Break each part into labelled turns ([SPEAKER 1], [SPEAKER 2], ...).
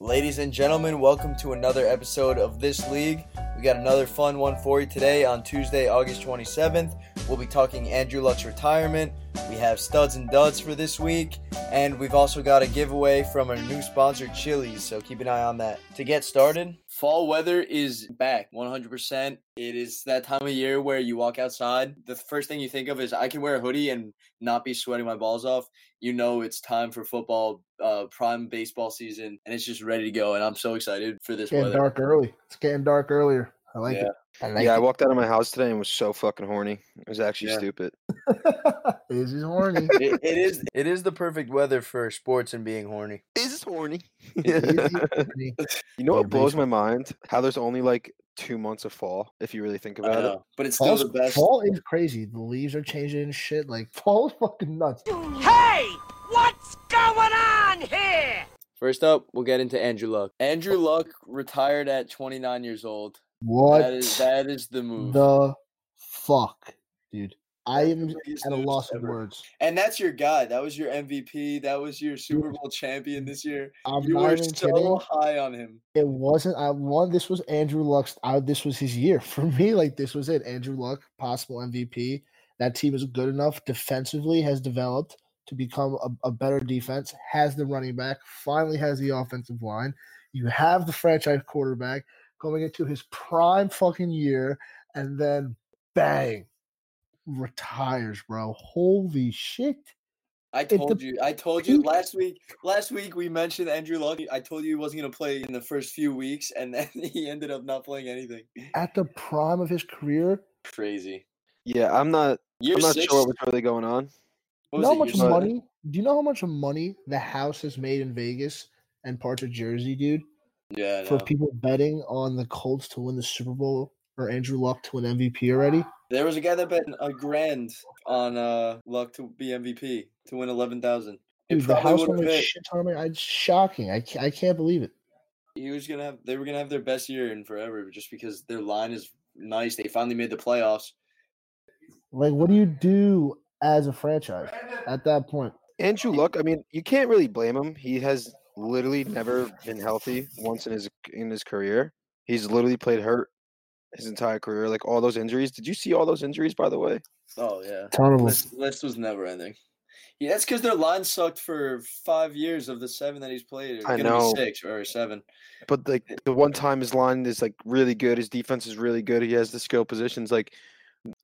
[SPEAKER 1] Ladies and gentlemen, welcome to another episode of This League. We got another fun one for you today on Tuesday, August 27th. We'll be talking Andrew Luck's retirement. We have studs and duds for this week, and we've also got a giveaway from our new sponsor, Chili's, so keep an eye on that. To get started, fall weather is back 100%. It is that time of year where you walk outside. The first thing you think of is, I can wear a hoodie and not be sweating my balls off you know it's time for football, uh, prime baseball season, and it's just ready to go. And I'm so excited for this
[SPEAKER 2] It's getting
[SPEAKER 1] weather.
[SPEAKER 2] dark early. It's getting dark earlier. I like
[SPEAKER 1] Yeah.
[SPEAKER 2] it. I
[SPEAKER 3] yeah, I walked out of my house today and was so fucking horny. It was actually
[SPEAKER 1] Yeah.
[SPEAKER 3] stupid.
[SPEAKER 2] it. Izzy's horny.
[SPEAKER 1] It- it is it is the perfect weather for sports and being horny.
[SPEAKER 3] Is horny.
[SPEAKER 2] Izzy's
[SPEAKER 3] you
[SPEAKER 2] horny.
[SPEAKER 3] know
[SPEAKER 2] Your
[SPEAKER 3] what blows my mind? How there's only like two months of fall if you really think
[SPEAKER 1] I
[SPEAKER 3] about it.
[SPEAKER 1] know, but it's still
[SPEAKER 2] Fall's,
[SPEAKER 1] the best.
[SPEAKER 2] fall is crazy. The leaves are changing and shit. Like fall is fucking nuts.
[SPEAKER 4] Hey! What's going on here?
[SPEAKER 1] First up, we'll get into Andrew Luck. Andrew Luck retired at 29 years old.
[SPEAKER 2] What
[SPEAKER 1] That is that is the move.
[SPEAKER 2] the fuck, dude? I am
[SPEAKER 1] Biggest
[SPEAKER 2] at a
[SPEAKER 1] news
[SPEAKER 2] loss of
[SPEAKER 1] ever.
[SPEAKER 2] words.
[SPEAKER 1] And that's your guy. That was your MVP. That was your Super Bowl champion this year.
[SPEAKER 2] I'm
[SPEAKER 1] You
[SPEAKER 2] not
[SPEAKER 1] were
[SPEAKER 2] even
[SPEAKER 1] so
[SPEAKER 2] kidding.
[SPEAKER 1] high on him.
[SPEAKER 2] It wasn't. I won. This was Andrew Luck's. I, this was his year for me. Like this was it. Andrew Luck, possible MVP. That team is good enough defensively. Has developed to become a, a better defense. Has the running back. Finally has the offensive line. You have the franchise quarterback going into his prime fucking year, and then bang, retires, bro. Holy shit.
[SPEAKER 1] I
[SPEAKER 2] the
[SPEAKER 1] told you. I told you
[SPEAKER 2] peak-
[SPEAKER 1] last week. Last week we mentioned Andrew Luck. I told you he wasn't going to play in the first few weeks, and then he ended up not playing anything.
[SPEAKER 2] At the prime of his career,
[SPEAKER 1] Crazy.
[SPEAKER 3] Yeah, I'm not
[SPEAKER 1] Year
[SPEAKER 3] I'm not
[SPEAKER 1] six.
[SPEAKER 3] sure what's really going on.
[SPEAKER 1] what
[SPEAKER 2] You
[SPEAKER 1] was
[SPEAKER 2] know how
[SPEAKER 1] it,
[SPEAKER 2] much
[SPEAKER 1] year
[SPEAKER 3] six.
[SPEAKER 2] money? Do you know how much money the house has made in Vegas and parts of Jersey, dude,
[SPEAKER 1] six? Yeah. I
[SPEAKER 2] for
[SPEAKER 1] know.
[SPEAKER 2] people betting on the Colts to win the Super Bowl or Andrew Luck to win MVP already?
[SPEAKER 1] There was a guy that bet a grand on uh Luck to be MVP to win eleven thousand. It
[SPEAKER 2] Dude, the
[SPEAKER 1] probably
[SPEAKER 2] house
[SPEAKER 1] would
[SPEAKER 2] won
[SPEAKER 1] have
[SPEAKER 2] a
[SPEAKER 1] hit.
[SPEAKER 2] shit ton of money. I- It's shocking. I can't, I can't believe it.
[SPEAKER 1] He was gonna have. They were gonna have their best year in forever, just because their line is nice. They finally made the playoffs.
[SPEAKER 2] Like, what do you do as a franchise at that point?
[SPEAKER 3] Andrew Luck, I mean, you can't really blame him. He has literally never been healthy once in his in his career. He's literally played hurt his entire career. Like all those injuries. Did you see all those injuries by the way?
[SPEAKER 1] Oh yeah.
[SPEAKER 2] Ton of them.
[SPEAKER 1] List, list was never ending. Yeah, that's because their line sucked for five years of the seven that he's played. It's
[SPEAKER 3] I
[SPEAKER 1] gonna
[SPEAKER 3] know.
[SPEAKER 1] be six or seven.
[SPEAKER 3] But like the one time his line is like really good, his defense is really good. He has the skill positions. Like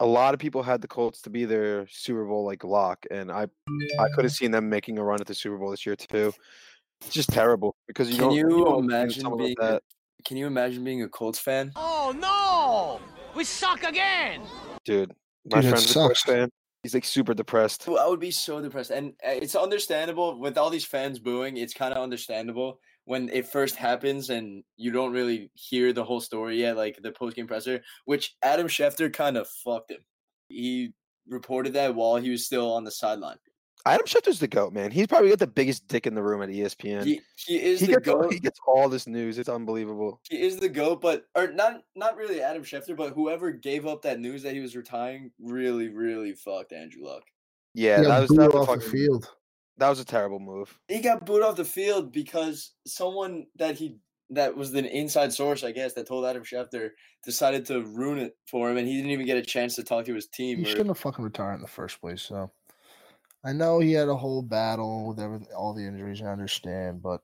[SPEAKER 3] a lot of people had the Colts to be their Super Bowl like lock, and I I could have seen them making a run at the Super Bowl this year too. It's just terrible because you
[SPEAKER 1] Can
[SPEAKER 3] don't.
[SPEAKER 1] you
[SPEAKER 3] don't think
[SPEAKER 1] imagine
[SPEAKER 3] someone like
[SPEAKER 1] being a- Can you imagine being a Colts fan?
[SPEAKER 4] Oh no! We suck again!
[SPEAKER 3] dude? My
[SPEAKER 2] Dude, it
[SPEAKER 3] friend's a Colts
[SPEAKER 2] sucks.
[SPEAKER 3] fan. He's like super depressed.
[SPEAKER 1] Dude, I would be so depressed, and uh, it's understandable with all these fans booing. It's kind of understandable when it first happens, and you don't really hear the whole story yet, like the post game presser, which Adam Schefter kind of fucked him. He reported that while he was still on the sideline.
[SPEAKER 3] Adam Schefter's the goat, man. He's probably got the biggest dick in the room at E ESPN.
[SPEAKER 1] He, he is
[SPEAKER 3] He
[SPEAKER 1] the
[SPEAKER 3] gets, all-
[SPEAKER 1] goat.
[SPEAKER 3] he gets all this news. It's unbelievable.
[SPEAKER 1] he is the goat, but or not not really Adam Schefter, but whoever gave up that news that he was retiring really, really fucked Andrew Luck.
[SPEAKER 3] Yeah,
[SPEAKER 2] He got
[SPEAKER 3] that was
[SPEAKER 2] booed
[SPEAKER 3] that was,
[SPEAKER 2] off the
[SPEAKER 3] fucking-
[SPEAKER 2] field.
[SPEAKER 3] that was a terrible move.
[SPEAKER 1] He got booed off the field because someone that he that was an inside source, I guess, that told Adam Schefter decided to ruin it for him, and he didn't even get a chance to talk to his team.
[SPEAKER 2] He
[SPEAKER 1] or-
[SPEAKER 2] shouldn't have fucking retired in the first place. So, I know he had a whole battle with everything, all the injuries. I understand, but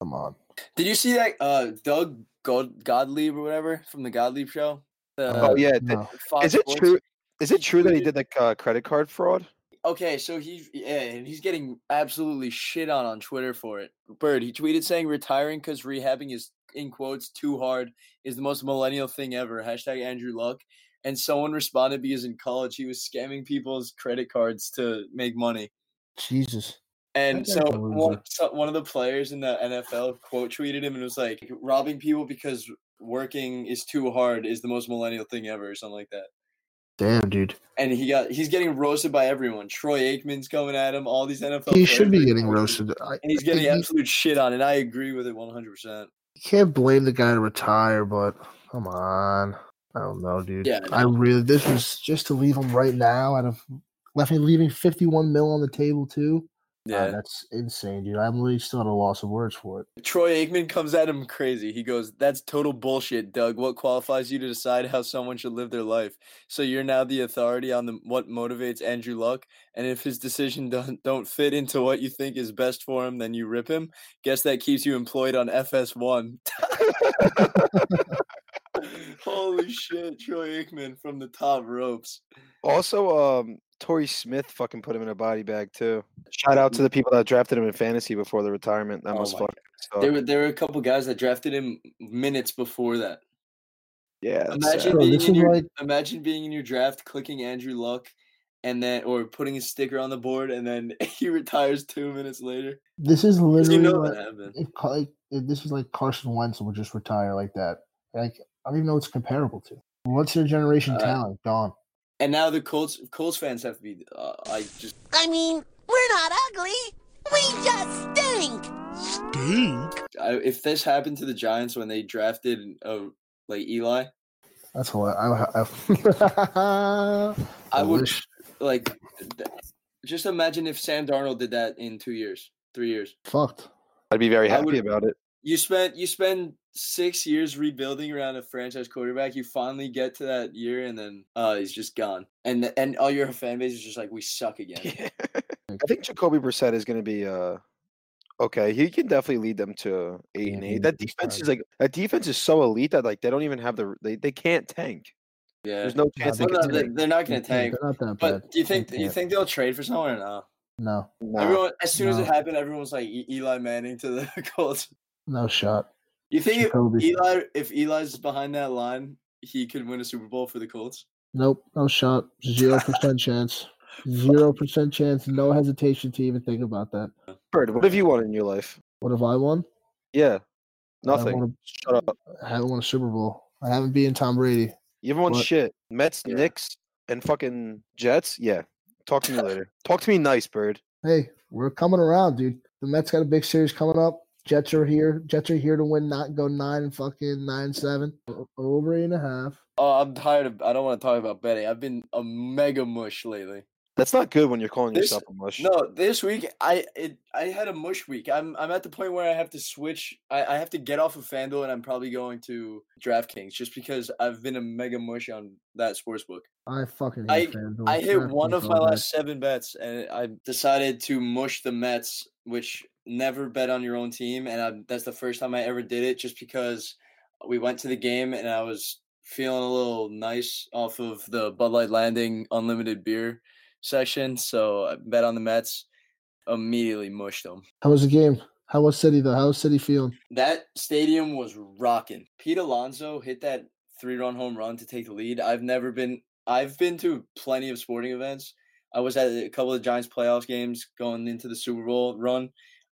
[SPEAKER 2] come on.
[SPEAKER 1] Did you see that uh, Doug God- Godlieb or whatever from the Godlieb show?
[SPEAKER 2] Uh,
[SPEAKER 3] oh yeah, th-
[SPEAKER 2] No.
[SPEAKER 1] Fox
[SPEAKER 3] Is it
[SPEAKER 1] Sports?
[SPEAKER 3] true? Is it true that he
[SPEAKER 1] tweeted-
[SPEAKER 3] did like uh, credit card fraud?
[SPEAKER 1] Okay, so he yeah, and he's getting absolutely shit on on Twitter for it. Bird, he tweeted saying retiring because rehabbing is in quotes too hard is the most millennial thing ever. Hashtag Andrew Luck. And someone responded because in college he was scamming people's credit cards to make money.
[SPEAKER 2] Jesus.
[SPEAKER 1] And
[SPEAKER 2] guy's
[SPEAKER 1] so
[SPEAKER 2] a
[SPEAKER 1] one,
[SPEAKER 2] loser.
[SPEAKER 1] so one of the players in the NFL quote tweeted him and was like, "Robbing people because working is too hard is the most millennial thing ever," or something like that
[SPEAKER 2] Damn, dude.
[SPEAKER 1] and he got he's getting roasted by everyone. Troy Aikman's coming at him. All these NFL.
[SPEAKER 2] He
[SPEAKER 1] players
[SPEAKER 2] should
[SPEAKER 1] are
[SPEAKER 2] be getting
[SPEAKER 1] coaches,
[SPEAKER 2] roasted. I
[SPEAKER 1] and he's getting
[SPEAKER 2] you-
[SPEAKER 1] absolute shit on. And I agree with it one hundred percent.
[SPEAKER 2] you can't blame the guy to retire, but come on. I don't know, dude.
[SPEAKER 1] Yeah,
[SPEAKER 2] I really this was just to leave him right now out of left me leaving fifty one mil on the table too. Yeah,
[SPEAKER 1] Yeah.
[SPEAKER 2] that's insane, dude. I'm literally still at a loss of words for it.
[SPEAKER 1] Troy Aikman comes at him crazy. He goes, That's total bullshit, Doug. What qualifies you to decide how someone should live their life? So you're now the authority on the, what motivates Andrew Luck. And if his decision don't, don't fit into what you think is best for him, then you rip him. Guess that keeps you employed on FS1. Holy shit, Troy Aikman from the top ropes.
[SPEAKER 3] Also, um, Torrey Smith fucking put him in a body bag too. Shout out to the people that drafted him in fantasy before the retirement. That
[SPEAKER 1] Oh
[SPEAKER 3] must
[SPEAKER 1] my
[SPEAKER 3] fucking suck.
[SPEAKER 1] There were, there were a couple guys that drafted him minutes before that.
[SPEAKER 3] yeah. that's
[SPEAKER 1] Imagine
[SPEAKER 3] sad.
[SPEAKER 2] Bro,
[SPEAKER 1] being,
[SPEAKER 2] this
[SPEAKER 1] in
[SPEAKER 2] is
[SPEAKER 1] your,
[SPEAKER 2] like-
[SPEAKER 1] imagine being in your draft, clicking Andrew Luck, and then or putting his sticker on the board, and then he retires two minutes later.
[SPEAKER 2] This is
[SPEAKER 1] 'Cause
[SPEAKER 2] literally
[SPEAKER 1] You know
[SPEAKER 2] like-
[SPEAKER 1] that happened.
[SPEAKER 2] if, Ca- like, if this is like Carson Wentz would just retire like that. Like I don't even know what it's comparable to. Once in a generation
[SPEAKER 1] Uh,
[SPEAKER 2] talent gone.
[SPEAKER 1] And now the Colts Colts fans have to be uh, I just
[SPEAKER 5] I mean, we're not ugly. We just stink.
[SPEAKER 1] I, if this happened to the Giants when they drafted uh, like Eli,
[SPEAKER 2] That's what I. I, I,
[SPEAKER 1] I would-
[SPEAKER 2] wish-
[SPEAKER 1] like th- just imagine if Sam Darnold did that in two years, three years.
[SPEAKER 2] fucked.
[SPEAKER 3] I'd be very
[SPEAKER 1] I
[SPEAKER 3] happy
[SPEAKER 1] would-
[SPEAKER 3] about it.
[SPEAKER 1] you spent you spend six years rebuilding around a franchise quarterback. You finally get to that year, and then uh, he's just gone. And th- and all your fan base is just like, we suck again.
[SPEAKER 3] I think Jacoby Brissett is going to be uh okay. He can definitely lead them to eight
[SPEAKER 2] Yeah,
[SPEAKER 3] and
[SPEAKER 2] he
[SPEAKER 3] eight. That
[SPEAKER 2] needs to
[SPEAKER 3] defense
[SPEAKER 2] start.
[SPEAKER 3] is like that defense is so elite that like they don't even have the they, they can't tank.
[SPEAKER 1] Yeah,
[SPEAKER 3] There's no chance they
[SPEAKER 1] Well,
[SPEAKER 2] but
[SPEAKER 3] can
[SPEAKER 1] no, they-
[SPEAKER 3] tank.
[SPEAKER 1] they're not going to
[SPEAKER 2] They can't-
[SPEAKER 1] tank.
[SPEAKER 2] They're not that bad.
[SPEAKER 1] But do you
[SPEAKER 2] They
[SPEAKER 1] think you
[SPEAKER 2] can't.
[SPEAKER 1] think they'll trade for someone or no?
[SPEAKER 2] no,
[SPEAKER 3] Nah.
[SPEAKER 1] Everyone, as soon as it
[SPEAKER 2] No.
[SPEAKER 1] happened, everyone was like "E- Eli Manning to the Colts.
[SPEAKER 2] no shot.
[SPEAKER 1] You think if
[SPEAKER 2] Jacoby-
[SPEAKER 1] Eli, if Eli's behind that line, he could win a Super Bowl for the Colts?
[SPEAKER 2] Nope, no shot. Zero percent chance. Zero percent chance. No hesitation to even think about that.
[SPEAKER 3] Bird, what have you won in your life?
[SPEAKER 2] What have I won?
[SPEAKER 3] Yeah,
[SPEAKER 2] I haven't
[SPEAKER 3] nothing.
[SPEAKER 2] won
[SPEAKER 3] Shut up.
[SPEAKER 2] a- I haven't won a Super Bowl. I haven't beaten Tom Brady.
[SPEAKER 3] You haven't won
[SPEAKER 2] What?
[SPEAKER 3] shit. Mets,
[SPEAKER 1] Yeah.
[SPEAKER 3] Knicks, and fucking Jets. Yeah. Talk to me later. Talk to me nice, Bird.
[SPEAKER 2] hey, we're coming around, dude. The Mets got a big series coming up. Jets are here. Jets are here to win, not go nine and fucking nine seven. O- Over eight and a half.
[SPEAKER 1] Oh, I'm tired of. I don't want to talk about betting. I've been a mega mush lately.
[SPEAKER 3] That's not good when you're calling
[SPEAKER 1] This-
[SPEAKER 3] yourself a mush.
[SPEAKER 1] No, this week I it I had a mush week. I'm I'm at the point where I have to switch. I, I have to get off of FanDuel and I'm probably going to DraftKings just because I've been a mega mush on that sportsbook.
[SPEAKER 2] I fucking
[SPEAKER 1] I-
[SPEAKER 2] hate FanDuel.
[SPEAKER 1] I hit
[SPEAKER 2] Not
[SPEAKER 1] one
[SPEAKER 2] gonna
[SPEAKER 1] of
[SPEAKER 2] go
[SPEAKER 1] my
[SPEAKER 2] back.
[SPEAKER 1] last seven bets and I decided to mush the Mets, which never bet on your own team, and I, that's the first time I ever did it just because we went to the game and I was feeling a little nice off of the Bud Light Landing unlimited beer section, so I bet on the Mets. Immediately mushed them.
[SPEAKER 2] How was the game? How was City though? How was City feeling?
[SPEAKER 1] That stadium was rocking. Pete Alonso hit that three run home run to take the lead. I've never been I've been to plenty of sporting events. I was at a couple of Giants playoffs games going into the Super Bowl run.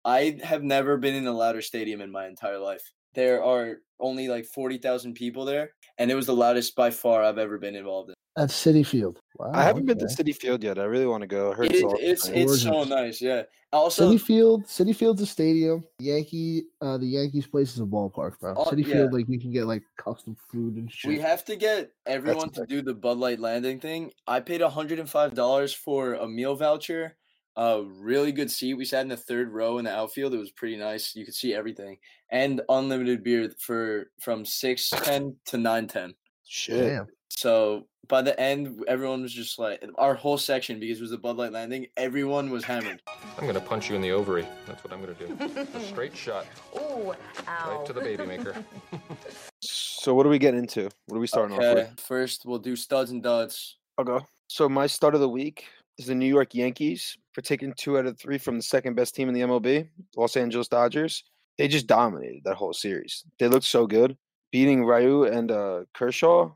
[SPEAKER 1] I have never been in a louder stadium in my entire life. There are only like 40,000 people there, and it was the loudest by far I've ever been involved in.
[SPEAKER 2] At City Field. Wow,
[SPEAKER 3] I haven't been
[SPEAKER 2] okay.
[SPEAKER 3] to City Field yet. I really want to go. I heard
[SPEAKER 1] Oh, It is, it's,
[SPEAKER 3] it's all right.
[SPEAKER 1] it's so
[SPEAKER 2] Gorgeous.
[SPEAKER 1] nice, yeah. Also,
[SPEAKER 2] City Field. City Field's a stadium. Yankee. Uh, the Yankees place is a ballpark, bro.
[SPEAKER 1] Oh,
[SPEAKER 2] City
[SPEAKER 1] yeah.
[SPEAKER 2] Field, like you can get like custom food and shit.
[SPEAKER 1] We have to get everyone to
[SPEAKER 3] sick.
[SPEAKER 1] do the Bud Light Landing thing. I paid $105 for a meal voucher, a really good seat. We sat in the third row in the outfield. It was pretty nice. You could see everything. And unlimited beer for from 610 to 910.
[SPEAKER 3] shit.
[SPEAKER 2] Damn.
[SPEAKER 1] So by the end, everyone was just like our whole section because it was the Bud Light Landing, everyone was hammered.
[SPEAKER 6] I'm gonna punch you in the ovary. That's what I'm gonna do. A straight shot,
[SPEAKER 5] Ooh,
[SPEAKER 6] right to the baby maker.
[SPEAKER 3] So what are we getting into? What are we starting off with?
[SPEAKER 1] Okay, first we'll do studs and duds.
[SPEAKER 3] Okay. So my start of the week is the New York Yankees for taking two out of three from the second best team in the MLB, Los Angeles Dodgers. They just dominated that whole series. They looked so good, beating Ryu and uh, Kershaw.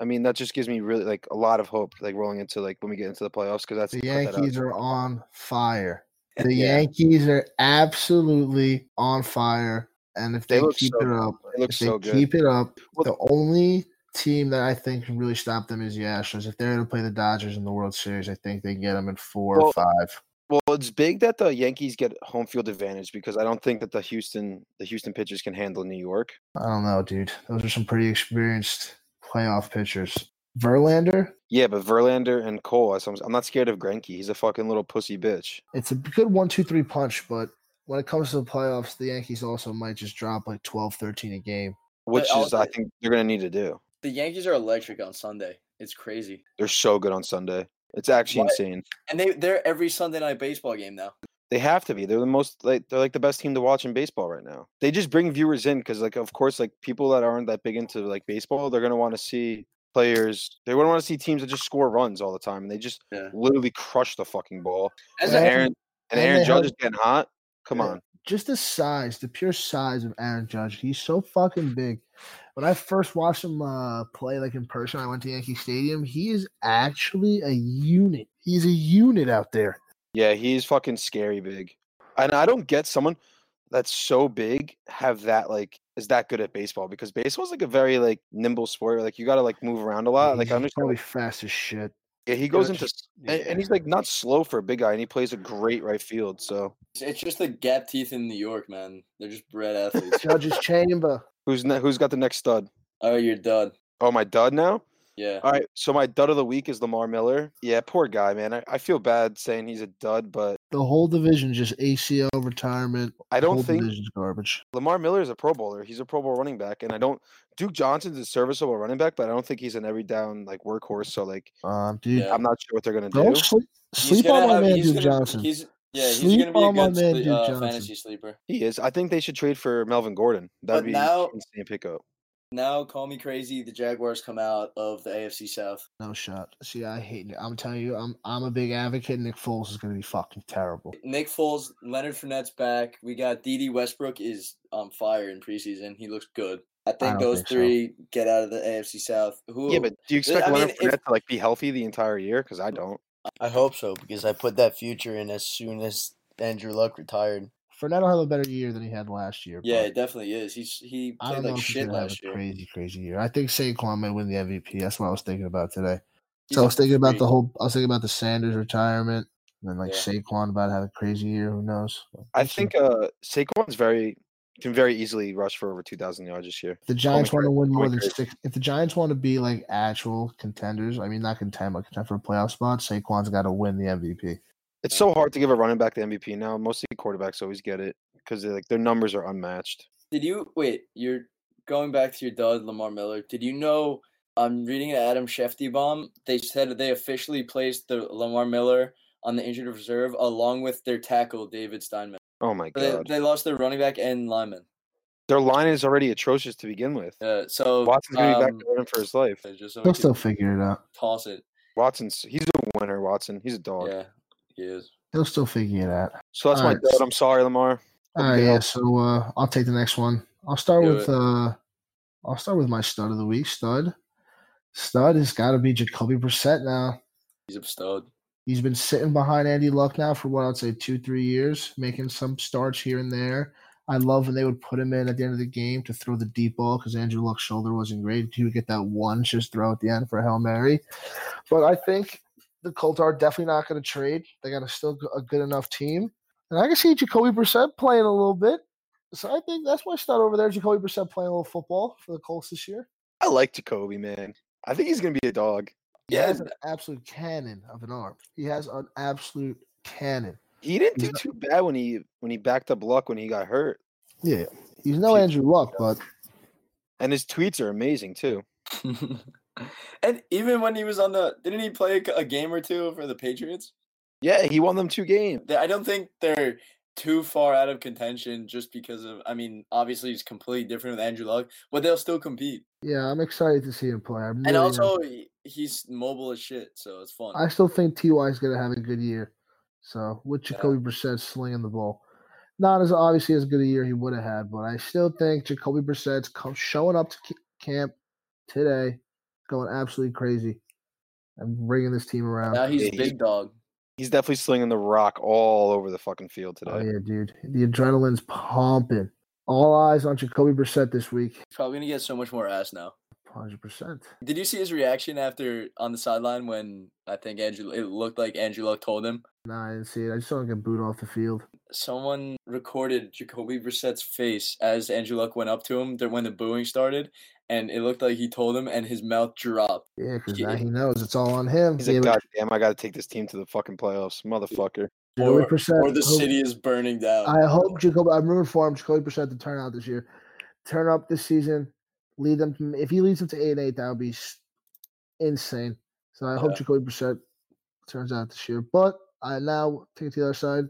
[SPEAKER 3] I mean, that just gives me really like a lot of hope, like rolling into like when we get into the playoffs, because that's
[SPEAKER 2] The
[SPEAKER 3] cut that out.
[SPEAKER 2] Yankees are on fire. The
[SPEAKER 3] Yeah.
[SPEAKER 2] Yankees are absolutely on fire. And if
[SPEAKER 3] They
[SPEAKER 2] they,
[SPEAKER 3] look
[SPEAKER 2] keep
[SPEAKER 3] so
[SPEAKER 2] it up,
[SPEAKER 3] They look
[SPEAKER 2] if they
[SPEAKER 3] so good.
[SPEAKER 2] keep it up,
[SPEAKER 3] Well-
[SPEAKER 2] the only team that I think can really stop them is the Astros. If they're going to play the Dodgers in the World Series, I think they can get them in four
[SPEAKER 3] Well-
[SPEAKER 2] or five.
[SPEAKER 3] Well, it's big that the Yankees get home field advantage because I don't think that the Houston the Houston pitchers can handle New York.
[SPEAKER 2] I don't know, dude. Those are some pretty experienced playoff pitchers. Verlander.
[SPEAKER 3] Yeah, but Verlander and Cole. that's what I'm s- I'm not scared of Grenke. He's a fucking little pussy bitch.
[SPEAKER 2] It's a good one, two, three punch, but when it comes to the playoffs, the Yankees also might just drop like 12, 13 a game.
[SPEAKER 3] Which is,
[SPEAKER 1] also-
[SPEAKER 3] I think, they're gonna need to do.
[SPEAKER 1] The Yankees are electric on Sunday. It's crazy.
[SPEAKER 3] They're so good on Sunday. It's actually
[SPEAKER 1] Why-
[SPEAKER 3] insane.
[SPEAKER 1] And they they're every Sunday night baseball game now.
[SPEAKER 3] They have to be. They're the most like they're like the best team to watch in baseball right now. They just bring viewers in because like of course like people that aren't that big into like baseball, they're gonna want to see players. They want to see teams that just score runs all the time and they just
[SPEAKER 1] Yeah.
[SPEAKER 3] literally crush the fucking ball.
[SPEAKER 1] As
[SPEAKER 3] And
[SPEAKER 1] a,
[SPEAKER 2] Yeah.
[SPEAKER 3] Aaron and
[SPEAKER 2] and
[SPEAKER 3] Aaron
[SPEAKER 2] they
[SPEAKER 3] Judge
[SPEAKER 2] have-
[SPEAKER 3] is getting hot. Come
[SPEAKER 2] Yeah.
[SPEAKER 3] on,
[SPEAKER 2] Just the size, the pure size of Aaron Judge. He's so fucking big. When I first watched him uh, play like in person, I went to Yankee Stadium. He is actually a unit. He's a unit out there.
[SPEAKER 3] yeah, he's fucking scary big. And I don't get someone that's so big have that like is that good at baseball because baseball's like a very like nimble sport. Like you got to like move around a lot. Like I
[SPEAKER 2] He's
[SPEAKER 3] understand.
[SPEAKER 2] probably
[SPEAKER 3] like,
[SPEAKER 2] fast as shit.
[SPEAKER 3] yeah, he goes
[SPEAKER 2] Yeah,
[SPEAKER 3] into
[SPEAKER 2] just-
[SPEAKER 3] A- And,
[SPEAKER 2] yeah.
[SPEAKER 3] he's like not slow for a big guy, and he plays a great right field. So
[SPEAKER 1] it's just the gap teeth in New York, man. They're just bred athletes.
[SPEAKER 2] Judge's chamber.
[SPEAKER 3] who's ne- who's got the next stud?
[SPEAKER 1] oh, you're done.
[SPEAKER 3] Oh, my dud now.
[SPEAKER 1] Yeah.
[SPEAKER 3] All right, so my dud of the week is Lamar Miller. Yeah, poor guy, man. I, I feel bad saying he's a dud, but
[SPEAKER 2] The whole division just ACL retirement.
[SPEAKER 3] I don't
[SPEAKER 2] whole
[SPEAKER 3] think
[SPEAKER 2] division's garbage.
[SPEAKER 3] Lamar Miller is a Pro Bowler. He's a Pro Bowl running back, and I don't. Duke Johnson's a serviceable running back, but I don't think he's an every down like workhorse. So like,
[SPEAKER 2] Um, dude,
[SPEAKER 1] Yeah.
[SPEAKER 3] I'm not sure what they're gonna
[SPEAKER 2] go
[SPEAKER 3] do.
[SPEAKER 2] sleep, sleep on my man, Duke Johnson.
[SPEAKER 1] He's, yeah, he's
[SPEAKER 2] Sleep
[SPEAKER 1] gonna be a
[SPEAKER 2] on my
[SPEAKER 1] good
[SPEAKER 2] man,
[SPEAKER 1] sle-
[SPEAKER 2] Duke
[SPEAKER 1] uh,
[SPEAKER 2] Johnson.
[SPEAKER 1] fantasy sleeper.
[SPEAKER 3] He is. I think they should trade for Melvin Gordon. That'd
[SPEAKER 1] But
[SPEAKER 3] be
[SPEAKER 1] now-
[SPEAKER 3] insane pickup.
[SPEAKER 1] Now, call me crazy. The Jaguars come out of the AFC South.
[SPEAKER 2] No shot. See, I hate Nick. I'm telling you, I'm I'm a big advocate. Nick Foles is going to be fucking terrible.
[SPEAKER 1] Nick Foles, Leonard Fournette's back. We got D.D. Westbrook is on fire in preseason. He looks good. I think
[SPEAKER 2] don't
[SPEAKER 1] those
[SPEAKER 2] think so.
[SPEAKER 1] three get out of the AFC South. Who?
[SPEAKER 3] Yeah, but do you
[SPEAKER 1] Yeah, I
[SPEAKER 3] expect
[SPEAKER 1] mean,
[SPEAKER 3] Leonard
[SPEAKER 1] if-
[SPEAKER 3] Fournette to like be healthy the entire year? Because I don't.
[SPEAKER 1] I hope so because I put that future in as soon as Andrew Luck retired.
[SPEAKER 2] Fournette will have a better year than he had last year.
[SPEAKER 1] Yeah,
[SPEAKER 2] but
[SPEAKER 1] it definitely is. He's he
[SPEAKER 2] I
[SPEAKER 1] played
[SPEAKER 2] don't know
[SPEAKER 1] like
[SPEAKER 2] if he's
[SPEAKER 1] shit
[SPEAKER 2] going to have
[SPEAKER 1] last
[SPEAKER 2] a
[SPEAKER 1] year.
[SPEAKER 2] crazy, crazy year. I think Saquon may win the MVP. That's what I was thinking about today.
[SPEAKER 1] He's
[SPEAKER 2] So I
[SPEAKER 1] a
[SPEAKER 2] was thinking about the
[SPEAKER 1] freak.
[SPEAKER 2] whole. I was thinking about the Sanders retirement, and then like
[SPEAKER 1] Yeah.
[SPEAKER 2] Saquon about to have a crazy year. Who knows?
[SPEAKER 3] I
[SPEAKER 2] We'll see.
[SPEAKER 3] think uh Saquon's very can very easily rush for over two thousand yards this year.
[SPEAKER 2] If the Giants want to win more
[SPEAKER 3] going
[SPEAKER 2] than
[SPEAKER 3] crazy.
[SPEAKER 2] six, if the Giants want to be like actual contenders, I mean not contend, but contend for a playoff spot, Saquon's got to win the MVP.
[SPEAKER 3] It's so hard to give a running back the MVP now. Mostly quarterbacks always get it because like their numbers are unmatched.
[SPEAKER 1] Did you wait? You're going back to your dud, Lamar Miller. Did you know? I'm reading an Adam Shefty bomb. They said they officially placed the Lamar Miller on the injured reserve along with their tackle David Steinman.
[SPEAKER 3] Oh my
[SPEAKER 1] They,
[SPEAKER 3] god,
[SPEAKER 1] they lost their running back and lineman.
[SPEAKER 3] their line is already atrocious to begin with.
[SPEAKER 1] Uh, so
[SPEAKER 3] Watson's gonna be back
[SPEAKER 1] um,
[SPEAKER 3] to learn for his life.
[SPEAKER 1] Just so we
[SPEAKER 2] They'll
[SPEAKER 1] can
[SPEAKER 2] still figure it out.
[SPEAKER 1] toss it.
[SPEAKER 3] Watson's he's a winner. Watson, he's a dog.
[SPEAKER 1] Yeah, he is.
[SPEAKER 2] They'll still figure it out.
[SPEAKER 3] So that's my
[SPEAKER 2] Alright.
[SPEAKER 3] dud. I'm sorry, Lamar.
[SPEAKER 2] All
[SPEAKER 3] Hope
[SPEAKER 2] right,
[SPEAKER 3] you
[SPEAKER 2] yeah.
[SPEAKER 3] help.
[SPEAKER 2] So uh, I'll take the next one. I'll start
[SPEAKER 1] Do it.
[SPEAKER 2] with uh, I'll start with my stud of the week. Stud, stud has got to be Jacoby Brissett now.
[SPEAKER 1] He's a stud.
[SPEAKER 2] He's been sitting behind Andy Luck now for what I'd say two, three years, making some starts here and there. I love when they would put him in at the end of the game to throw the deep ball because Andrew Luck's shoulder wasn't great. He would get that one just throw at the end for a hail mary. But I think the Colts are definitely not going to trade. They got a still g- a good enough team, and I can see Jacoby Brissett playing a little bit. So I think that's my stud over there. Jacoby Brissett playing a little football for the Colts this year.
[SPEAKER 3] I like Jacoby, man. I think he's gonna be a dog.
[SPEAKER 2] He
[SPEAKER 3] Yeah,
[SPEAKER 2] has an absolute cannon of an arm. He has an absolute cannon.
[SPEAKER 3] he didn't do
[SPEAKER 2] He's not-
[SPEAKER 3] too bad when he when he backed up Luck when he got hurt,
[SPEAKER 2] Yeah, he's no Andrew Luck, but
[SPEAKER 3] and his tweets are amazing too.
[SPEAKER 1] and even when he was on the, didn't he play a game or two for the Patriots?
[SPEAKER 3] Yeah, he won them two games.
[SPEAKER 1] They- I don't think they're too far out of contention just because of. I mean, obviously it's completely different with Andrew Luck, but they'll still compete.
[SPEAKER 2] yeah, I'm excited to see him play. I'm really
[SPEAKER 1] And
[SPEAKER 2] am.
[SPEAKER 1] also, he- he's mobile as shit, so it's fun.
[SPEAKER 2] I still think Ty is going to have a good year. So with
[SPEAKER 1] Yeah.
[SPEAKER 2] Jacoby Brissett slinging the ball, not as obviously as good a year he would have had, but I still think Jacoby Brissett's come, showing up to ca- camp today, going absolutely crazy, and bringing this team around.
[SPEAKER 1] now he's
[SPEAKER 3] Yeah,
[SPEAKER 1] a
[SPEAKER 3] he's-
[SPEAKER 1] big dog.
[SPEAKER 3] He's definitely slinging the rock all over the fucking field today.
[SPEAKER 2] oh yeah, dude, the adrenaline's pumping. All eyes on Jacoby Brissett this week.
[SPEAKER 1] He's probably gonna get so much more ass now.
[SPEAKER 2] Hundred percent.
[SPEAKER 1] Did you see his reaction after on the sideline when I think Andrew? It looked like Andrew Luck told him
[SPEAKER 2] Nah, I didn't see it. I just saw him get booed off the field.
[SPEAKER 1] someone recorded Jacoby Brissett's face as Andrew Luck went up to him th- when the booing started, and it looked like he told him, and his mouth dropped.
[SPEAKER 2] Yeah, because now
[SPEAKER 1] Yeah.
[SPEAKER 2] he knows it's all on him.
[SPEAKER 3] He's like,
[SPEAKER 2] David-
[SPEAKER 3] God damn, I got to take this team to the fucking playoffs, motherfucker.
[SPEAKER 2] Jacoby
[SPEAKER 1] Or,
[SPEAKER 2] Brissett,
[SPEAKER 1] or the
[SPEAKER 2] who-
[SPEAKER 1] city is burning down.
[SPEAKER 2] I hope Jacoby. I'm rooting for him. Jacoby Brissett to turn out this year, turn up this season, lead them. To, if he leads them to eight and eight, that would be s- insane. So I hope
[SPEAKER 1] Yeah.
[SPEAKER 2] Jacoby Brissett turns out this year. But I now take it to the other side.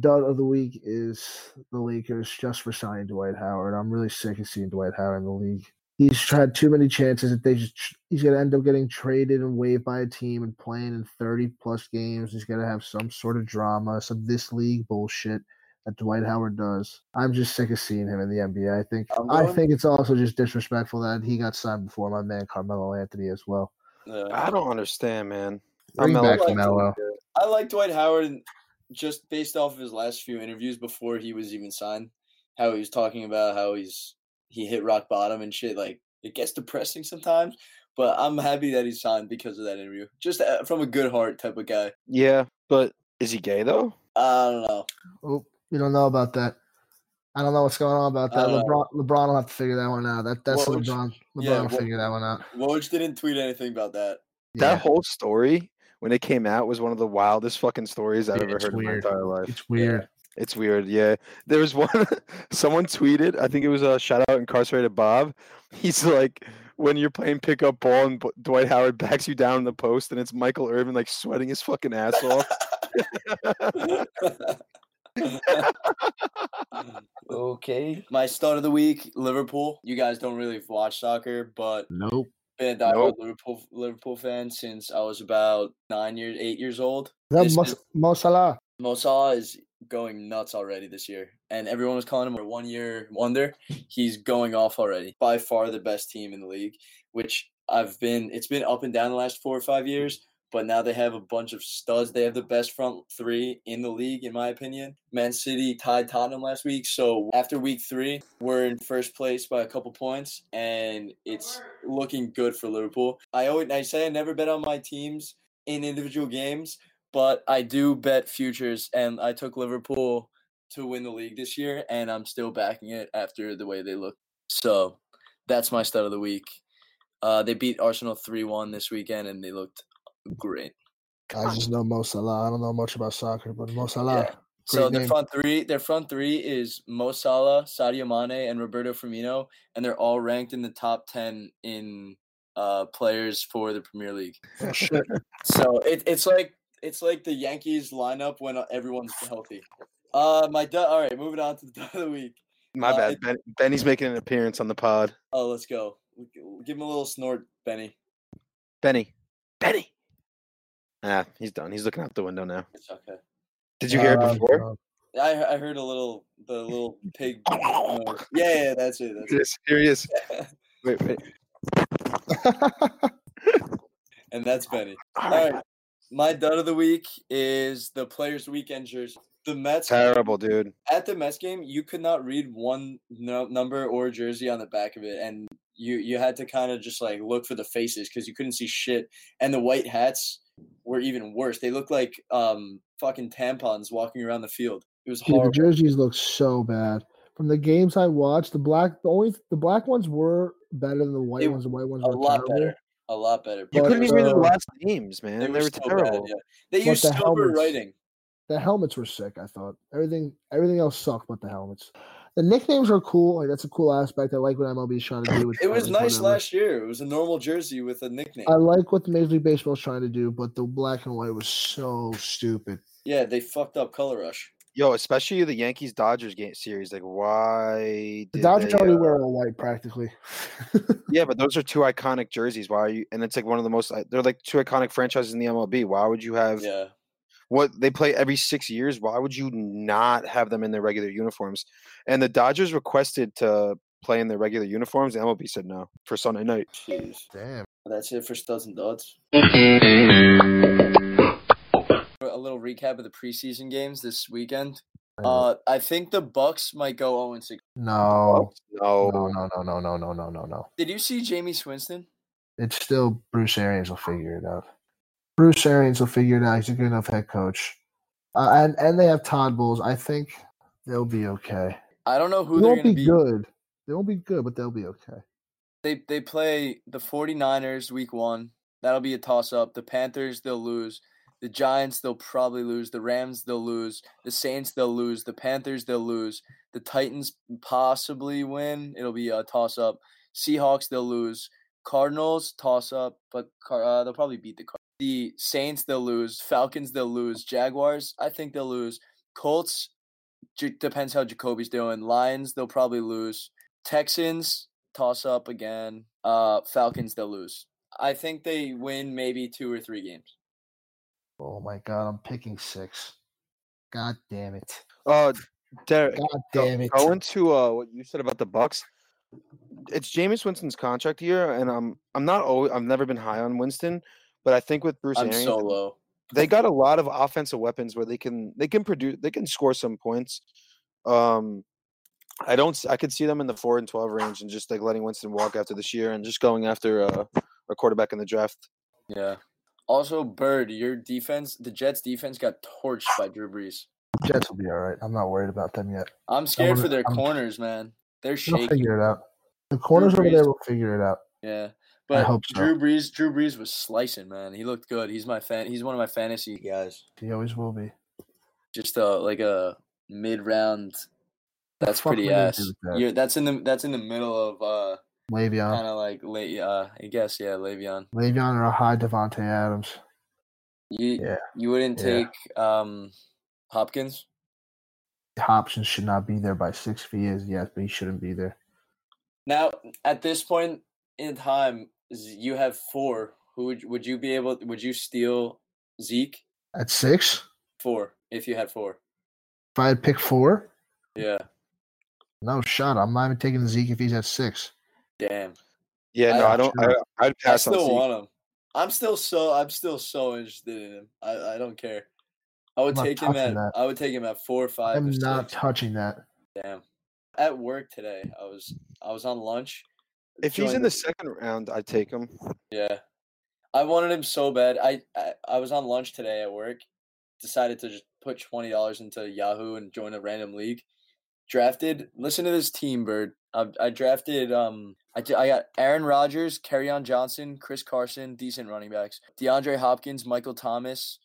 [SPEAKER 2] Dud of the week is the Lakers just for signing Dwight Howard. I'm really sick of seeing Dwight Howard in the league. He's tried too many chances that they just he's gonna end up getting traded and waived by a team and playing in 30 plus games. He's gonna have some sort of drama, some this league bullshit that Dwight Howard does. I'm just sick of seeing him in the NBA. I think
[SPEAKER 1] I'm
[SPEAKER 2] I
[SPEAKER 1] going-
[SPEAKER 2] think it's also just disrespectful that he got signed before my man Carmelo Anthony as well.
[SPEAKER 1] Yeah.
[SPEAKER 3] I don't understand, man.
[SPEAKER 2] Bring back
[SPEAKER 1] like-
[SPEAKER 2] Carmelo.
[SPEAKER 1] I like Dwight Howard just based off of his last few interviews before he was even signed. How he was talking about how he's he hit rock bottom and shit. Like it gets depressing sometimes, but I'm happy that he signed because of that interview. Just uh, from a good heart type of guy.
[SPEAKER 3] Yeah, but is he gay though?
[SPEAKER 1] I don't know.
[SPEAKER 2] Oh, we don't know about that. I don't know what's going on about that.
[SPEAKER 1] Uh,
[SPEAKER 2] LeBron, LeBron will have to figure that one out. That that's
[SPEAKER 1] Woj-
[SPEAKER 2] LeBron. LeBron
[SPEAKER 1] yeah,
[SPEAKER 2] will
[SPEAKER 1] Woj-
[SPEAKER 2] figure that one out.
[SPEAKER 1] Woj didn't tweet anything about that.
[SPEAKER 2] Yeah,
[SPEAKER 3] That whole story when it came out was one of the wildest fucking stories I've
[SPEAKER 2] Yeah,
[SPEAKER 3] ever
[SPEAKER 2] it's
[SPEAKER 3] heard
[SPEAKER 2] weird.
[SPEAKER 3] in my entire life.
[SPEAKER 2] it's weird.
[SPEAKER 3] It's weird, yeah. There was one someone tweeted, I think it was a shout out incarcerated Bob. He's like, when you're playing pickup ball and B- Dwight Howard backs you down in the post, and it's Michael Irvin like sweating his fucking ass off.
[SPEAKER 1] okay. My start of the week, Liverpool. You guys don't really watch soccer, but
[SPEAKER 2] Nope.
[SPEAKER 1] been a diehard
[SPEAKER 3] Nope.
[SPEAKER 1] Liverpool Liverpool fan since I was about nine years, eight years old.
[SPEAKER 2] That
[SPEAKER 1] This
[SPEAKER 2] Mo,
[SPEAKER 1] is-
[SPEAKER 2] Mo Salah.
[SPEAKER 1] Mo Salah is going nuts already this year, and everyone was calling him a one year wonder. He's going off already. By far the best team in the league, which I've been. It's been up and down the last four or five years, but now they have a bunch of studs. They have the best front three in the league, in my opinion. Man City tied Tottenham last week, so after week three, we're in first place by a couple points, and it's looking good for Liverpool. I always I say I never bet on my teams in individual games but I do bet futures, and I took Liverpool to win the league this year, and I'm still backing it after the way they look. So that's my stud of the week. Uh, they beat Arsenal three one this weekend, and they looked great.
[SPEAKER 2] I just know Mo Salah. I don't know much about soccer, but Mo Salah.
[SPEAKER 1] So
[SPEAKER 2] Great
[SPEAKER 1] their
[SPEAKER 2] name.
[SPEAKER 1] front three, their front three is Mo Salah, Sadio Mane, and Roberto Firmino, and they're all ranked in the top ten in uh, players for the Premier League.
[SPEAKER 2] Oh, shit.
[SPEAKER 1] So it, it's like it's like the Yankees lineup when uh, everyone's healthy. Uh, my du- all right. Moving on to the dud of the week.
[SPEAKER 3] My
[SPEAKER 1] Uh,
[SPEAKER 3] bad.
[SPEAKER 1] it-
[SPEAKER 3] Ben, Benny's making an appearance on the pod.
[SPEAKER 1] Oh, let's go. We- Give him a little snort, Benny.
[SPEAKER 3] Benny. Benny. Ah, he's done. He's looking out the window now.
[SPEAKER 1] It's okay.
[SPEAKER 3] Did you hear it
[SPEAKER 2] Uh,
[SPEAKER 3] before?
[SPEAKER 2] no.
[SPEAKER 1] I he- I heard a little the little pig. noise. Yeah, yeah, that's it. That's
[SPEAKER 3] Yes, here he is.
[SPEAKER 1] it.
[SPEAKER 3] Wait, wait.
[SPEAKER 1] and that's Benny.
[SPEAKER 3] All
[SPEAKER 1] All
[SPEAKER 3] right.
[SPEAKER 1] right. My dud of the week is the Players Weekend jersey. The Mets
[SPEAKER 3] Terrible, dude.
[SPEAKER 1] at the Mets game, you could not read one nu- number or jersey on the back of it, and you you had to kind of just like look for the faces because you couldn't see shit. And the white hats were even worse. They looked like um fucking tampons walking around the field. It was
[SPEAKER 2] Dude, the
[SPEAKER 1] horrible.
[SPEAKER 2] jerseys look so bad. From the games I watched, the black, the only the black ones were better than the white
[SPEAKER 1] They-
[SPEAKER 2] ones. The white ones
[SPEAKER 1] a
[SPEAKER 2] were
[SPEAKER 1] lot
[SPEAKER 2] terrible.
[SPEAKER 1] better. A lot better.
[SPEAKER 3] You
[SPEAKER 2] But,
[SPEAKER 3] couldn't even read the
[SPEAKER 2] uh,
[SPEAKER 3] last names, man. They, were
[SPEAKER 1] so bad,
[SPEAKER 3] terrible.
[SPEAKER 1] yeah. They
[SPEAKER 2] But
[SPEAKER 1] used
[SPEAKER 2] the
[SPEAKER 1] sober
[SPEAKER 2] helmets-
[SPEAKER 1] writing.
[SPEAKER 2] The helmets were sick. I thought everything everything else sucked, but the helmets. The nicknames are cool. Like that's a cool aspect. I like what MLB is trying to do. With
[SPEAKER 1] It was
[SPEAKER 2] colors,
[SPEAKER 1] nice
[SPEAKER 2] whatever.
[SPEAKER 1] last year. It was a normal jersey with a nickname.
[SPEAKER 2] I like what the Major League Baseball is trying to do, but the black and white was so stupid.
[SPEAKER 1] yeah, they fucked up Color Rush.
[SPEAKER 3] Yo, especially the Yankees Dodgers game series. Like, why?
[SPEAKER 2] The
[SPEAKER 3] did
[SPEAKER 2] Dodgers
[SPEAKER 3] they,
[SPEAKER 2] already
[SPEAKER 3] uh,
[SPEAKER 2] wear all white practically.
[SPEAKER 3] Yeah, but those are two iconic jerseys. Why are you? And it's like one of the most. i- They're like two iconic franchises in the MLB. Why would you have
[SPEAKER 1] Yeah.
[SPEAKER 3] what they play every six years? Why would you not have them in their regular uniforms? And the Dodgers requested to play in their regular uniforms. The MLB said no for Sunday night.
[SPEAKER 1] Jeez.
[SPEAKER 2] Damn.
[SPEAKER 1] That's it for studs and duds.
[SPEAKER 2] Mm-hmm.
[SPEAKER 1] A little recap of the preseason games this weekend. Uh, I think the Bucks might go 0 6.
[SPEAKER 2] no,
[SPEAKER 3] No.
[SPEAKER 1] oh.
[SPEAKER 2] no, no, no, no, no, no, no, no, no.
[SPEAKER 1] Did you see Jamie Swinston?
[SPEAKER 2] It's still Bruce Arians will figure it out. Bruce Arians will figure it out. He's a good enough head coach, uh, and and they have Todd Bowles. I think they'll be okay.
[SPEAKER 1] I don't know who
[SPEAKER 2] They
[SPEAKER 1] they're
[SPEAKER 2] won't
[SPEAKER 1] going to
[SPEAKER 2] be,
[SPEAKER 1] be.
[SPEAKER 2] good. They won't be good, but they'll be okay.
[SPEAKER 1] They they play the 49ers week 1. That'll be a toss up. The Panthers they'll lose. The Giants they'll probably lose. The Rams they'll lose. The Saints they'll lose. The Panthers they'll lose. The Titans possibly win. It'll be a toss up. Seahawks they'll lose. Cardinals toss up, but Car- uh, they'll probably beat the Cardinals. The Saints they'll lose. Falcons they'll lose. Jaguars I think they'll lose. Colts j- depends how Jacoby's doing. Lions they'll probably lose. Texans toss up again. Uh, Falcons they'll lose. I think they win maybe two or three games.
[SPEAKER 2] Oh my god, I'm picking six. God damn it.
[SPEAKER 3] Uh, Derek,
[SPEAKER 2] God
[SPEAKER 3] go-
[SPEAKER 2] damn it.
[SPEAKER 3] Going to uh, what you said about the Bucks, it's Jameis Winston's contract year, and I'm I'm not always, I've never been high on Winston, but I think with Bruce
[SPEAKER 1] I'm
[SPEAKER 3] Arians,
[SPEAKER 1] so low.
[SPEAKER 3] they got a lot of offensive weapons where they can they can produce they can score some points. Um, I don't s- I could see them in the four and twelve range and just like letting Winston walk after this year and just going after a, a quarterback in the draft.
[SPEAKER 1] Yeah. Also, Bird, your defense, the Jets' defense got torched by Drew Brees.
[SPEAKER 2] Jets will be all right. I'm not worried about them yet.
[SPEAKER 1] I'm scared for
[SPEAKER 2] wanna-
[SPEAKER 1] their
[SPEAKER 2] I'm-
[SPEAKER 1] corners, man. They're
[SPEAKER 2] They'll
[SPEAKER 1] shaking.
[SPEAKER 2] figure it out. The corners over
[SPEAKER 1] Brees.
[SPEAKER 2] there will figure it out.
[SPEAKER 1] Yeah. But
[SPEAKER 2] hope so.
[SPEAKER 1] Drew Brees, Drew Brees was slicing, man. He looked good. He's my fan. He's one of my fantasy guys.
[SPEAKER 2] He always will be.
[SPEAKER 1] Just uh, like a mid-round.
[SPEAKER 2] The
[SPEAKER 1] That's
[SPEAKER 2] fuck
[SPEAKER 1] pretty
[SPEAKER 2] we gonna do
[SPEAKER 1] ass.
[SPEAKER 2] with that? Oh.
[SPEAKER 1] You're, that's in the that's in the middle of uh,
[SPEAKER 2] Le'Veon.
[SPEAKER 1] kind of like late. Uh, I guess yeah, Le'Veon.
[SPEAKER 2] Le'Veon or a high Devontae Adams.
[SPEAKER 1] You
[SPEAKER 2] Yeah.
[SPEAKER 1] you wouldn't
[SPEAKER 2] Yeah.
[SPEAKER 1] take um Hopkins.
[SPEAKER 2] Hopkins should not be there by six feet. Is yes, but he shouldn't be there.
[SPEAKER 1] Now at this point in time, Z- you have four. Who would would you be able? Would you steal Zeke?
[SPEAKER 2] At six,
[SPEAKER 1] Four, if you had four.
[SPEAKER 2] if I had pick four,
[SPEAKER 1] Yeah.
[SPEAKER 2] no shot. I'm not even taking Zeke if he's at six.
[SPEAKER 1] Damn.
[SPEAKER 3] Yeah,
[SPEAKER 1] I-
[SPEAKER 3] no, I don't. I, I'd
[SPEAKER 1] I
[SPEAKER 3] pass on.
[SPEAKER 1] still
[SPEAKER 3] Zeke.
[SPEAKER 1] want him. I'm still so I'm still so interested in him. I, I don't care. I would
[SPEAKER 2] I'm not
[SPEAKER 1] take him at
[SPEAKER 2] touching that.
[SPEAKER 1] I would take him at four or five.
[SPEAKER 2] I'm
[SPEAKER 1] or
[SPEAKER 2] not
[SPEAKER 1] six.
[SPEAKER 2] touching that.
[SPEAKER 1] Damn. At work today, I was I was on lunch.
[SPEAKER 3] If he's in
[SPEAKER 1] joined-
[SPEAKER 3] the second round, I'd take him.
[SPEAKER 1] Yeah. I wanted him so bad. I, I I was on lunch today at work. Decided to just put twenty dollars into Yahoo and join a random league. Drafted. Listen to this team, Bird. I, I drafted. Um, I, d- I got Aaron Rodgers, on Johnson, Chris Carson, decent running backs. DeAndre Hopkins, Michael Thomas,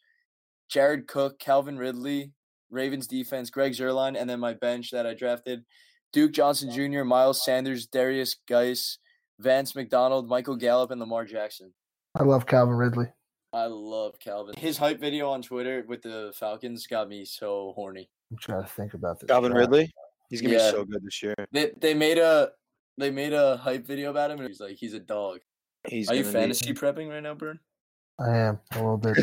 [SPEAKER 1] Jared Cook, Calvin Ridley, Ravens defense, Greg Zerline, and then my bench that I drafted: Duke Johnson Jr., Miles Sanders, Darius Geis, Vance McDonald, Michael Gallup, and Lamar Jackson.
[SPEAKER 2] I love Calvin Ridley.
[SPEAKER 1] I love Calvin. His hype video on Twitter with the Falcons got me so horny.
[SPEAKER 2] I'm trying to think about this.
[SPEAKER 3] Calvin
[SPEAKER 2] draft.
[SPEAKER 3] Ridley, he's gonna
[SPEAKER 1] Yeah.
[SPEAKER 3] be so good this year.
[SPEAKER 1] They they made a they made a hype video about him and he's like he's a dog.
[SPEAKER 3] He's
[SPEAKER 1] Are you
[SPEAKER 3] gonna be-
[SPEAKER 1] fantasy prepping right now, Burn?
[SPEAKER 2] I am a little bit.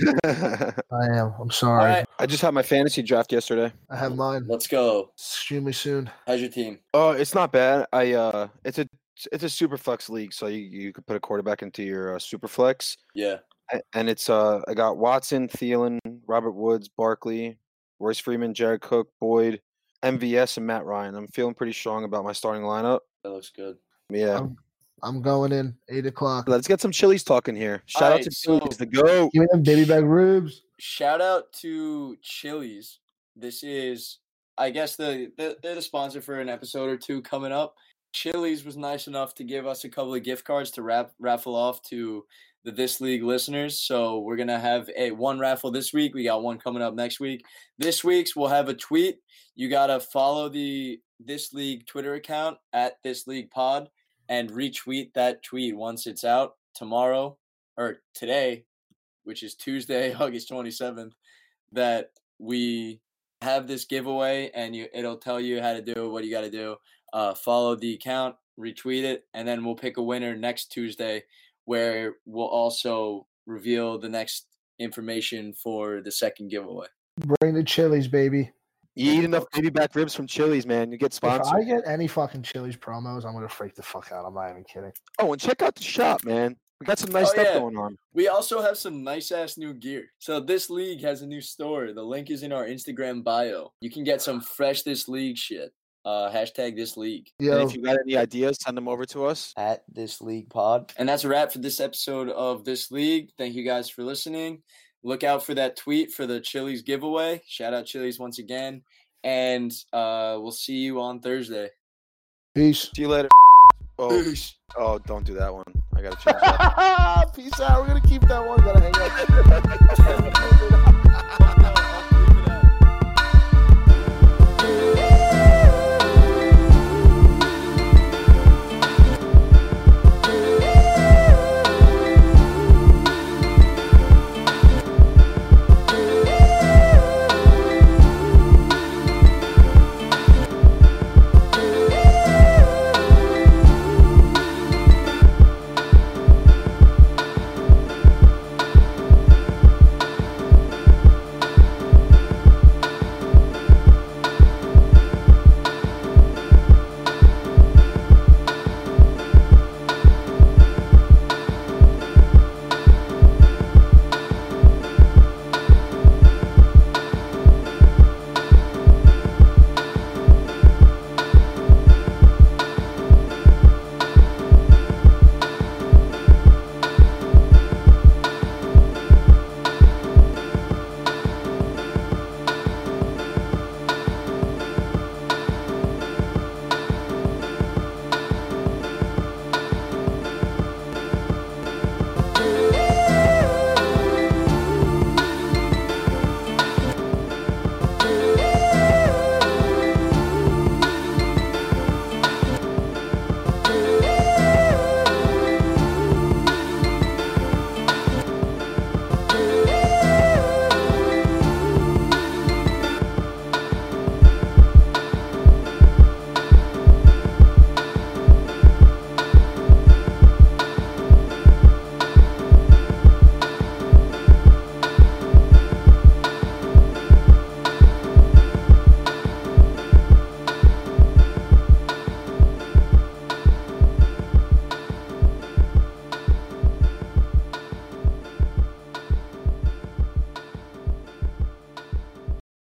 [SPEAKER 2] I am. I'm sorry.
[SPEAKER 1] All right,
[SPEAKER 3] I just had my fantasy draft yesterday.
[SPEAKER 2] I have mine
[SPEAKER 1] let's go.
[SPEAKER 2] extremely soon.
[SPEAKER 1] How's your team?
[SPEAKER 3] Oh, it's not bad. I uh, it's a it's a super flex league, so you you could put a quarterback into your uh, super flex,
[SPEAKER 1] Yeah.
[SPEAKER 3] a- and it's uh, I got Watson, Thielen, Robert Woods, Barkley, Royce Freeman, Jared Cook, Boyd, MVS, and Matt Ryan. I'm feeling pretty strong about my starting lineup.
[SPEAKER 1] That looks good.
[SPEAKER 3] Yeah,
[SPEAKER 2] Um, I'm going in eight o'clock.
[SPEAKER 3] Oh. let's get some Chili's talking here. Shout out
[SPEAKER 1] Alright,
[SPEAKER 3] to
[SPEAKER 1] so-
[SPEAKER 3] Chili's, the goat.
[SPEAKER 2] Give me them baby back ribs.
[SPEAKER 1] Shout out to Chili's. This is I guess the, the they're the sponsor for an episode or two coming up. Chili's was nice enough to give us a couple of gift cards to rap, raffle off to the This League listeners. So we're gonna have a one raffle this week. We got one coming up next week. This week's we'll have a tweet. You gotta follow the This League Twitter account at This League Pod and retweet that tweet once it's out tomorrow or today, which is Tuesday, August twenty seventh. That we have this giveaway and you it'll tell you how to do it, what you got to do. Uh, follow the account, retweet it, and then we'll pick a winner next Tuesday, where we'll also reveal the next information for the second giveaway.
[SPEAKER 2] Bring the chilies, baby.
[SPEAKER 3] You eat enough baby back ribs from Chili's, man. You get
[SPEAKER 2] If I
[SPEAKER 3] sponsored.
[SPEAKER 2] get any fucking chilies promos, I'm gonna freak the fuck out. I'm not even kidding.
[SPEAKER 3] Oh, and check out the shop, man. We got some nice
[SPEAKER 1] Oh,
[SPEAKER 3] stuff
[SPEAKER 1] yeah.
[SPEAKER 3] going on.
[SPEAKER 1] We also have some nice ass new gear. So this league has a new store. The link is in our Instagram bio. You can get some fresh this league shit. Uh, hashtag this league
[SPEAKER 3] And
[SPEAKER 2] Yo,
[SPEAKER 3] if you got any ideas, send them over to us.
[SPEAKER 1] at this league pod. And that's a wrap for this episode of this league. Thank you guys for listening. Look out for that tweet for the Chili's giveaway. Shout out Chili's once again, and uh, we'll see you on Thursday.
[SPEAKER 2] peace.
[SPEAKER 3] See you later. Oh, oh, don't do that one. I gotta change that.
[SPEAKER 2] Peace out. We're gonna keep that one. Gotta hang up.